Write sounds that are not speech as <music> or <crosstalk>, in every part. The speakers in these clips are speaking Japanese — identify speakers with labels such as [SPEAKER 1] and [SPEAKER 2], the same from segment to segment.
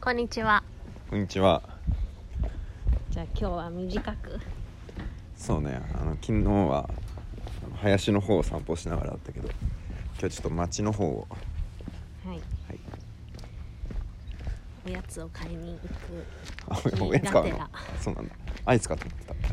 [SPEAKER 1] こんにちは。
[SPEAKER 2] こんにちは
[SPEAKER 1] じゃあ今日は短く。
[SPEAKER 2] そうねあの昨日はあの林の方を散歩しながらだったけど今日ちょっと町の方を、
[SPEAKER 1] はい。
[SPEAKER 2] はい、
[SPEAKER 1] おやつを買いに行く。
[SPEAKER 2] あ
[SPEAKER 1] いい
[SPEAKER 2] <laughs> おやつ買うの
[SPEAKER 1] が
[SPEAKER 2] そうなんだアイスかと思って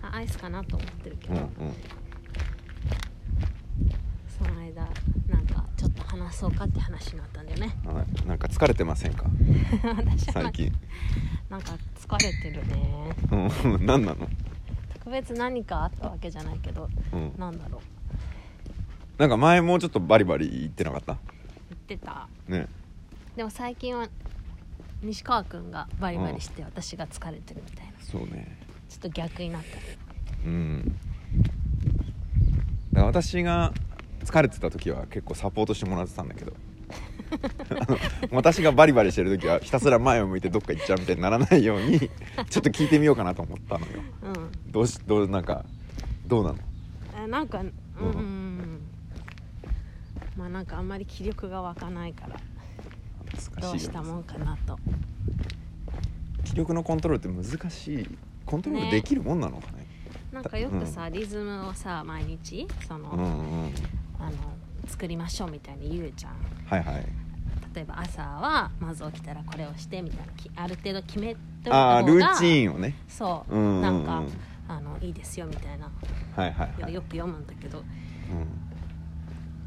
[SPEAKER 2] た
[SPEAKER 1] あアイスかなと思ってるけ
[SPEAKER 2] う
[SPEAKER 1] ど、
[SPEAKER 2] んうん
[SPEAKER 1] その間なんかちょっと話そうかって話になったんだよね。 <laughs>
[SPEAKER 2] あなんか疲れてませんか
[SPEAKER 1] 私はな
[SPEAKER 2] 最
[SPEAKER 1] んか
[SPEAKER 2] 近
[SPEAKER 1] なんか疲れてるね。
[SPEAKER 2] うん何なの、
[SPEAKER 1] 特別何かあったわけじゃないけど、
[SPEAKER 2] うん、
[SPEAKER 1] なんだろう。
[SPEAKER 2] なんか前もうちょっとバリバリ言ってなかった
[SPEAKER 1] 言ってた。
[SPEAKER 2] ね
[SPEAKER 1] でも最近は西川くんがバリバリして私が疲れてるみたいな。
[SPEAKER 2] そうね
[SPEAKER 1] ちょっと逆になったね。
[SPEAKER 2] うんだから私が疲れてた時は結構サポートしてもらってたん
[SPEAKER 1] <laughs>
[SPEAKER 2] だけどあの私がバリバリしてる時はひたすら前を向いてどっか行っちゃうみたいにならないようにちょっと聞いてみようかなと思ったのよ
[SPEAKER 1] うん。
[SPEAKER 2] どうしどうなんかどうなの
[SPEAKER 1] えなんかうん、
[SPEAKER 2] うん
[SPEAKER 1] まあなんかあんまり気力が湧かないからど
[SPEAKER 2] 難
[SPEAKER 1] う
[SPEAKER 2] し
[SPEAKER 1] し
[SPEAKER 2] い
[SPEAKER 1] た
[SPEAKER 2] よね
[SPEAKER 1] もんかなと
[SPEAKER 2] 気力のコントロールって難しいコントロールできるもんなのかね
[SPEAKER 1] なんかよくさ、リズムをさ毎日その、
[SPEAKER 2] うんうん
[SPEAKER 1] あの作りましょうみたいに言うじゃん
[SPEAKER 2] はいはい
[SPEAKER 1] 例えば朝はまず起きたらこれをしてみたいなきある程度決めておく
[SPEAKER 2] ああルーチ
[SPEAKER 1] ン
[SPEAKER 2] ンをね
[SPEAKER 1] そう,、
[SPEAKER 2] うんうんうん
[SPEAKER 1] なんかあのいいですよみたいな
[SPEAKER 2] はいはい
[SPEAKER 1] よ
[SPEAKER 2] はい
[SPEAKER 1] よく読むんだけど
[SPEAKER 2] うん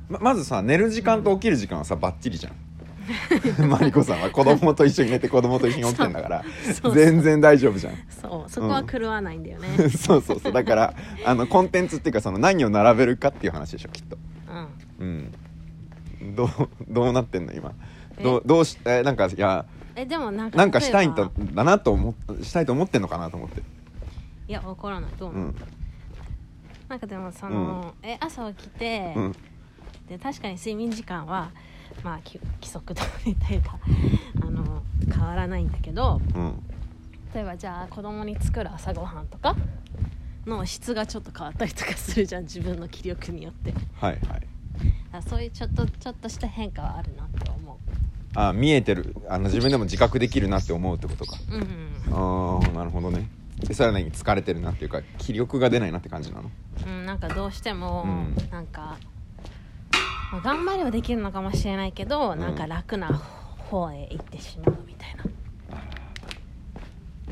[SPEAKER 2] ままずさ寝る時間と起きる時間はさバッチリじゃん <laughs> マリコさんは子供と一緒に寝て子供と一緒に起きてんだから
[SPEAKER 1] そうそう
[SPEAKER 2] 全然大丈夫じゃん <laughs>
[SPEAKER 1] そうそこは狂わないんだよね、
[SPEAKER 2] そうそうそうだからあのコンテンツっていうかその何を並べるかっていう話でしょきっと
[SPEAKER 1] うん
[SPEAKER 2] うんどうどうなってんの今
[SPEAKER 1] え
[SPEAKER 2] どうどうしえなんかいや
[SPEAKER 1] えでもなんか
[SPEAKER 2] なんかしたいん
[SPEAKER 1] 例え
[SPEAKER 2] だ
[SPEAKER 1] ば
[SPEAKER 2] だなと思っしたいと思ってんのかなと思って
[SPEAKER 1] いやわからないどう
[SPEAKER 2] う
[SPEAKER 1] 思う、
[SPEAKER 2] ん
[SPEAKER 1] なんかでもその、え朝起きて、
[SPEAKER 2] うん
[SPEAKER 1] で確かに睡眠時間はまあき規則通りというか <laughs> あの変わらないんだけど
[SPEAKER 2] うん
[SPEAKER 1] 例えばじゃあ子供に作る朝ごはんとかの質がちょっと変わったりとかするじゃん自分の気力によって
[SPEAKER 2] はいはい
[SPEAKER 1] あそういうちょっとちょっとした変化はあるなって思
[SPEAKER 2] あ見えてるあの自分でも自覚できるなって思うってことか
[SPEAKER 1] ううん
[SPEAKER 2] ああなるほどねでさらに疲れてるなっていうか気力が出ないなって感じなの
[SPEAKER 1] うん、なんかどうしても、
[SPEAKER 2] うん
[SPEAKER 1] なんか、まあ頑張ればできるのかもしれないけど、
[SPEAKER 2] うん
[SPEAKER 1] なんか楽な方へ行ってしまうみたい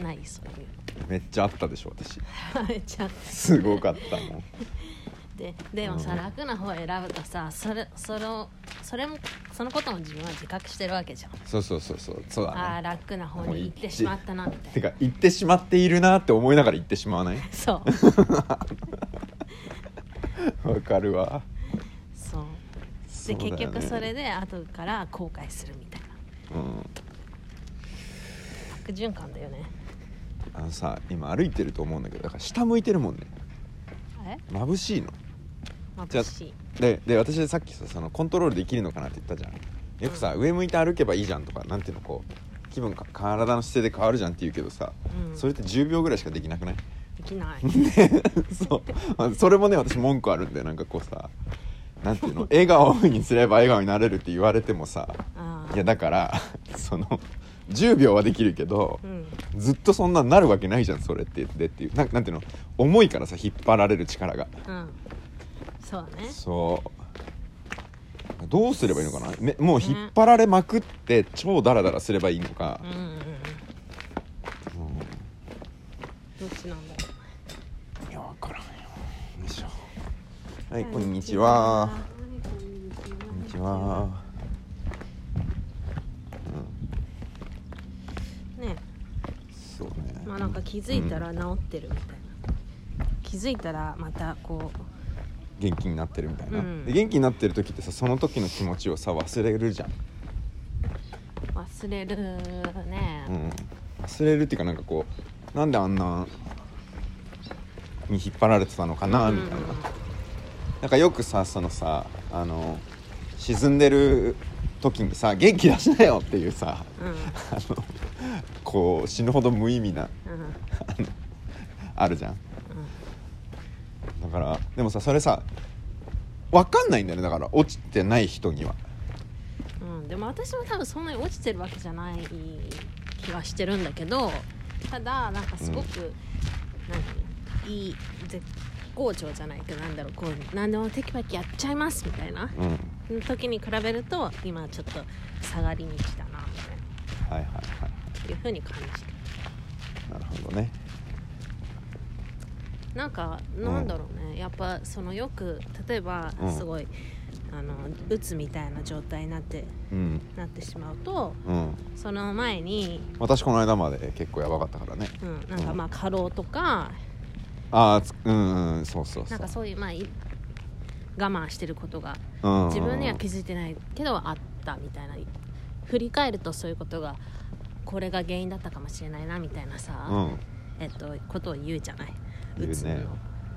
[SPEAKER 1] なないそういう
[SPEAKER 2] めっちゃあったでしょ私
[SPEAKER 1] めっ <laughs> ちゃ
[SPEAKER 2] すごかったもん
[SPEAKER 1] ででもさ、
[SPEAKER 2] うん
[SPEAKER 1] 楽な方を選ぶとさそれそれをそれもそのことも自分は自覚してるわけじゃん、
[SPEAKER 2] そうそうそうそうそう
[SPEAKER 1] ああー
[SPEAKER 2] だね
[SPEAKER 1] 楽な方に行ってしまったなみた
[SPEAKER 2] て
[SPEAKER 1] いな
[SPEAKER 2] か行ってしまっているなって思いながら行ってしまわない
[SPEAKER 1] そう
[SPEAKER 2] <laughs> わかるわ
[SPEAKER 1] そう
[SPEAKER 2] そ
[SPEAKER 1] で
[SPEAKER 2] うだよ
[SPEAKER 1] 結
[SPEAKER 2] ね
[SPEAKER 1] 局それで後から後悔するみたいな
[SPEAKER 2] うん
[SPEAKER 1] 悪循環だよね
[SPEAKER 2] あのさ今歩いてると思うんだけどだから下向いてるもんね
[SPEAKER 1] え
[SPEAKER 2] 眩しいの
[SPEAKER 1] ま
[SPEAKER 2] じゃ
[SPEAKER 1] ぶ
[SPEAKER 2] あ
[SPEAKER 1] しい
[SPEAKER 2] でで私さっきさそのコントロールできるのかなって言ったじゃんよくさ、上向いて歩けばいいじゃんとかなんていうのこう気分か体の姿勢で変わるじゃんって言うけどさ、
[SPEAKER 1] うん
[SPEAKER 2] それって10秒ぐらいしかできなくない
[SPEAKER 1] できない
[SPEAKER 2] そうあそれもね私文句あるんだよなんかこうさなんていうの笑顔にすれば笑顔になれるって言われてもさ
[SPEAKER 1] あ
[SPEAKER 2] い
[SPEAKER 1] ー
[SPEAKER 2] やだからその10秒はできるけど
[SPEAKER 1] う、ん
[SPEAKER 2] ずっとそんなんなるわけないじゃんそれってでっていうなんなんていうの重いからさ引っ張られる力が
[SPEAKER 1] うんそうだね
[SPEAKER 2] そうどうすればいいのかなめもう引っ張られまくって超ダラダラすればいいのか
[SPEAKER 1] うん、うんうん
[SPEAKER 2] うん
[SPEAKER 1] どっちなんだろ
[SPEAKER 2] いや分からんよよいしょは
[SPEAKER 1] う
[SPEAKER 2] いこんにちはこんにちは
[SPEAKER 1] ね
[SPEAKER 2] そうね
[SPEAKER 1] まあなんか気づいたら治ってるみたいな、気づいたらまたこ
[SPEAKER 2] 元気になってるみたいな、
[SPEAKER 1] うん
[SPEAKER 2] で元気になってる時ってさその時の気持ちをさ忘れるじゃん、
[SPEAKER 1] う忘れるね、
[SPEAKER 2] うん、忘れるっていうかなんかこうなんであんなに引っ張られてたのかなみたいな、なんかよくさそのさあの沈んでる時にさ「元気出しなよ」っていうさ
[SPEAKER 1] うんうん
[SPEAKER 2] あのこう死ぬほど無意味な
[SPEAKER 1] うん
[SPEAKER 2] あるじゃんだからでもさそれさ分かんないんだよねだから落ちてない人には
[SPEAKER 1] うんうんんでも私も多分そんなに落ちてるわけじゃない気はしてるんだけどただなんかすごく、何いい絶好調じゃないけどなんだろうこう何でもテキパキやっちゃいますみたいな
[SPEAKER 2] うんはい
[SPEAKER 1] 時に比べると今ちょっと下がり道だなみたいな
[SPEAKER 2] はいは
[SPEAKER 1] いうふうに感じて
[SPEAKER 2] いなるほどね
[SPEAKER 1] なんかなんだろうね、やっぱそのよく例えば
[SPEAKER 2] うん
[SPEAKER 1] すごい、あのうつみたいな状態になって
[SPEAKER 2] うん
[SPEAKER 1] なってしまうと
[SPEAKER 2] うん
[SPEAKER 1] その前に、
[SPEAKER 2] 私この間まで結構やばかったからね
[SPEAKER 1] うん、なんか
[SPEAKER 2] うん
[SPEAKER 1] まあ過労とか、
[SPEAKER 2] ああつうんうんそうそうそう
[SPEAKER 1] なんかそういうまあい我慢してることが
[SPEAKER 2] うん
[SPEAKER 1] 自分には気づいてないけどあったみたいな振り返るとそういうことがこれが原因だったかもしれないなみたいなさ、
[SPEAKER 2] うん
[SPEAKER 1] えっと、ことを言うじゃない
[SPEAKER 2] 言う
[SPEAKER 1] つ
[SPEAKER 2] ね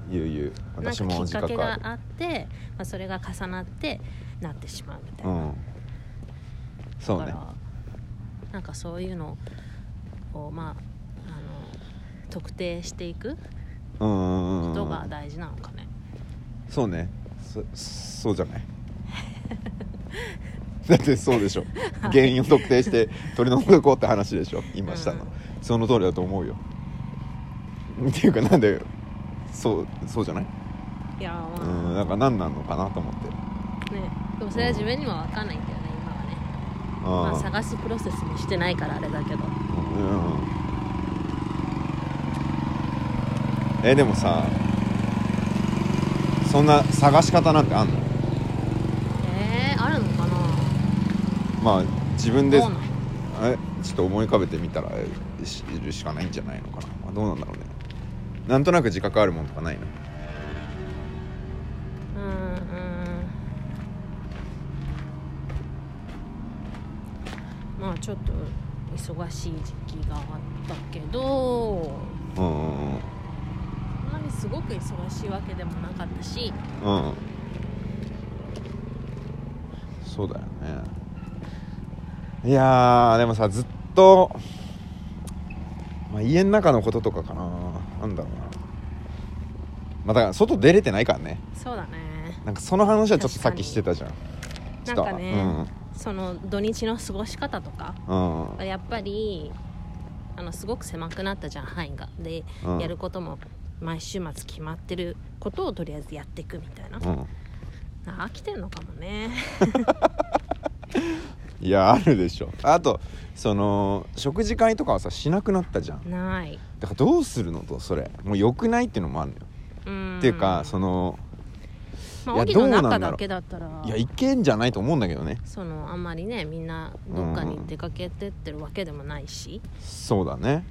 [SPEAKER 2] ゆうゆう
[SPEAKER 1] なん
[SPEAKER 2] 私
[SPEAKER 1] か
[SPEAKER 2] も
[SPEAKER 1] きっ
[SPEAKER 2] 自
[SPEAKER 1] かけ
[SPEAKER 2] 覚あ
[SPEAKER 1] が
[SPEAKER 2] る
[SPEAKER 1] あって、まあ、それが重なってなってしまうみたいうな、
[SPEAKER 2] んそう
[SPEAKER 1] だ
[SPEAKER 2] ね
[SPEAKER 1] からなんかそういうのをまああの特定していく
[SPEAKER 2] うんうんうん
[SPEAKER 1] こ
[SPEAKER 2] う
[SPEAKER 1] と
[SPEAKER 2] ん
[SPEAKER 1] が大事なのかね、
[SPEAKER 2] そうねそそうじゃない <laughs> だってそうでしょ原因を特定して取り除こうって話でしょ今したの、
[SPEAKER 1] うん
[SPEAKER 2] その通りだと思うよっていうかなんでそうそうじゃない
[SPEAKER 1] いやま
[SPEAKER 2] う
[SPEAKER 1] あ、
[SPEAKER 2] んなんか何なのかなと思って
[SPEAKER 1] ねでもそれは自分には分かんないんだよね今はね、まあ、
[SPEAKER 2] あ
[SPEAKER 1] 探すプロセスもしてないからあれだけど
[SPEAKER 2] うんうんえでもさそんな探し方なんてあんの
[SPEAKER 1] えー、あるのかな
[SPEAKER 2] まあ自分で
[SPEAKER 1] どうなの
[SPEAKER 2] えちょっと思い浮かべてみたらえしいるしかないんじゃないのかな、まあ、どうなんだろうねなんとなく自覚あるもんとかないの
[SPEAKER 1] うんうんまあちょっと忙しい時期があったけど
[SPEAKER 2] うんうんうん
[SPEAKER 1] そんなにすごく忙しいわけでもなかったし
[SPEAKER 2] うんそうだよねいやーでもさずっと、まあ、家の中のこととかかななんだろうなまあだから外出れてないからね
[SPEAKER 1] そうだね
[SPEAKER 2] なんかその話はちょっとさっ
[SPEAKER 1] 確か
[SPEAKER 2] き
[SPEAKER 1] に
[SPEAKER 2] してたじゃんちょっと
[SPEAKER 1] なんかねその土日の過ごし方とか
[SPEAKER 2] うんうん
[SPEAKER 1] やっぱりあのすごく狭くなったじゃん範囲がで、
[SPEAKER 2] うん
[SPEAKER 1] やることも毎週末決まってることをとりあえずやっていくみたいな、
[SPEAKER 2] うん
[SPEAKER 1] あ飽きてんのかもね <laughs>
[SPEAKER 2] いやあるでしょあとその食事会とかはさしなくなったじゃん
[SPEAKER 1] ない
[SPEAKER 2] だからどうするのとそれもう良くないっていうのもあるのよ、
[SPEAKER 1] うん
[SPEAKER 2] っていうかその
[SPEAKER 1] まあ、
[SPEAKER 2] いや
[SPEAKER 1] 荻の
[SPEAKER 2] どうな
[SPEAKER 1] 中
[SPEAKER 2] んだろう
[SPEAKER 1] だけだったら
[SPEAKER 2] いやいけんじゃないと思うんだけどね
[SPEAKER 1] そのあんまりねみんなどっかに出かけてってるわけでもないし、
[SPEAKER 2] そうだね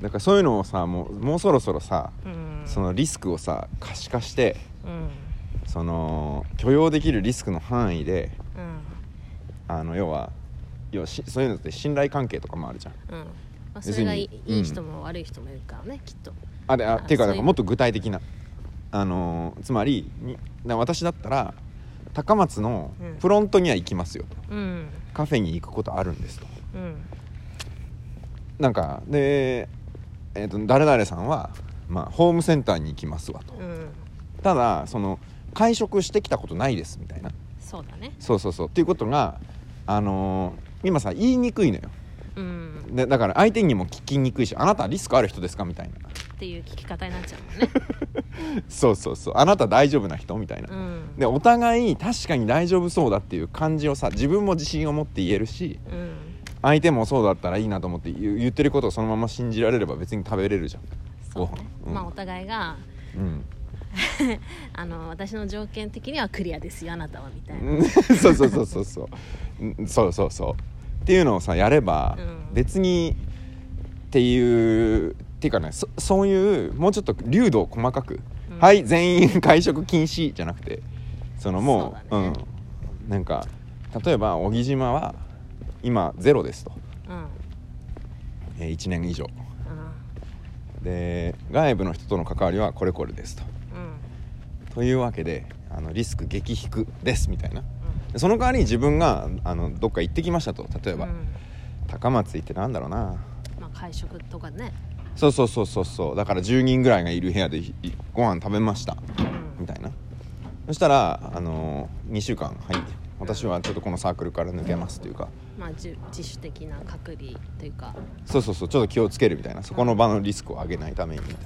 [SPEAKER 2] だからそういうのをさもうもうそろそろさ
[SPEAKER 1] うん
[SPEAKER 2] そのリスクをさ可視化して
[SPEAKER 1] うん
[SPEAKER 2] その許容できるリスクの範囲で
[SPEAKER 1] うん
[SPEAKER 2] あの要は要はしそういうのって信頼関係とかもあるじゃん
[SPEAKER 1] うんまあ、
[SPEAKER 2] 別に
[SPEAKER 1] それがいい,、
[SPEAKER 2] うん
[SPEAKER 1] いい人も悪い人もいるからねきっと
[SPEAKER 2] あであ
[SPEAKER 1] あ
[SPEAKER 2] っていうか
[SPEAKER 1] そういう
[SPEAKER 2] なんかもっと具体的なあのーつまりにな私だったら高松の
[SPEAKER 1] うん
[SPEAKER 2] フロントには行きますよと、
[SPEAKER 1] うん
[SPEAKER 2] カフェに行くことあるんですと
[SPEAKER 1] うん
[SPEAKER 2] なんかで、えー、と誰々さんは、まあ、ホームセンターに行きますわと、
[SPEAKER 1] うん
[SPEAKER 2] ただその会食してきたことないですみたいな
[SPEAKER 1] そうだね
[SPEAKER 2] そうそうそうっていうことがあのー今さ言いにくいのよ
[SPEAKER 1] うん
[SPEAKER 2] でだから相手にも聞きにくいしあなたリスクある人ですかみたいな <laughs>
[SPEAKER 1] っていう聞き方になっちゃうもんね
[SPEAKER 2] そうそうそうあなた大丈夫な人みたいな、
[SPEAKER 1] うん
[SPEAKER 2] でお互い確かに大丈夫そうだっていう感じをさ自分も自信を持って言えるし
[SPEAKER 1] うん
[SPEAKER 2] 相手もそうだったらいいなと思って言う言ってることをそのまま信じられれば別に食べれるじ
[SPEAKER 1] そうね、
[SPEAKER 2] うん
[SPEAKER 1] まあお互いが
[SPEAKER 2] ゃんうん
[SPEAKER 1] あの私の条件的にはクリアですよあなたはみたいな
[SPEAKER 2] うん <laughs> そうそうそうそうそううんそうそうそうっていうのをさやれば、
[SPEAKER 1] うん
[SPEAKER 2] 別にっていうっていうかねそそういうもうちょっと粒度を細かく、
[SPEAKER 1] うん
[SPEAKER 2] はい全員会食禁止じゃなくてそのもう
[SPEAKER 1] そうだね
[SPEAKER 2] ん、なんか例えば小木島は今ゼロですと、
[SPEAKER 1] うん
[SPEAKER 2] え1年以上
[SPEAKER 1] うん
[SPEAKER 2] で外部の人との関わりはこれこれですと。
[SPEAKER 1] うん
[SPEAKER 2] というわけであのリスク激低ですみたいなでその代わり自分があのどっか行ってきましたと例え
[SPEAKER 1] うん、う
[SPEAKER 2] ば、
[SPEAKER 1] ん
[SPEAKER 2] 高松行ってなんだろうな
[SPEAKER 1] まあ、会食とかね、
[SPEAKER 2] そうそうそうそうそうだから10人ぐらいがいる部屋でいいご飯食べました
[SPEAKER 1] うん
[SPEAKER 2] みたいなそしたらあのー、2週間はい私はちょっとこのサークルから抜けますというか
[SPEAKER 1] まあ、じゅ自主的な隔離というか、
[SPEAKER 2] そうそうそうちょっと気をつけるみたいなそこの場のリスクを上げないためにみたい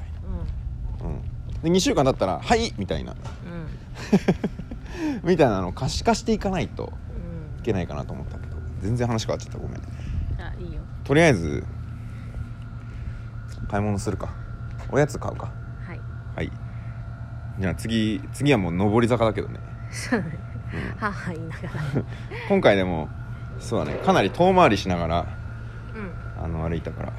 [SPEAKER 2] な、うん、で2週間だったら「はい!」みたいな <laughs>
[SPEAKER 1] うんうん
[SPEAKER 2] みたいなのを可視化していかないと
[SPEAKER 1] うん
[SPEAKER 2] いけないかなと思ったけど全然話変わっちゃったごめん
[SPEAKER 1] あいいよ
[SPEAKER 2] とりあえず買い物するかおやつ買うか
[SPEAKER 1] はい
[SPEAKER 2] はいじゃあ次次はもう上り坂だけどね
[SPEAKER 1] はあはあ言いながら
[SPEAKER 2] 今回でもそうだねかなり遠回りしながら
[SPEAKER 1] うん
[SPEAKER 2] <laughs> あの歩いたから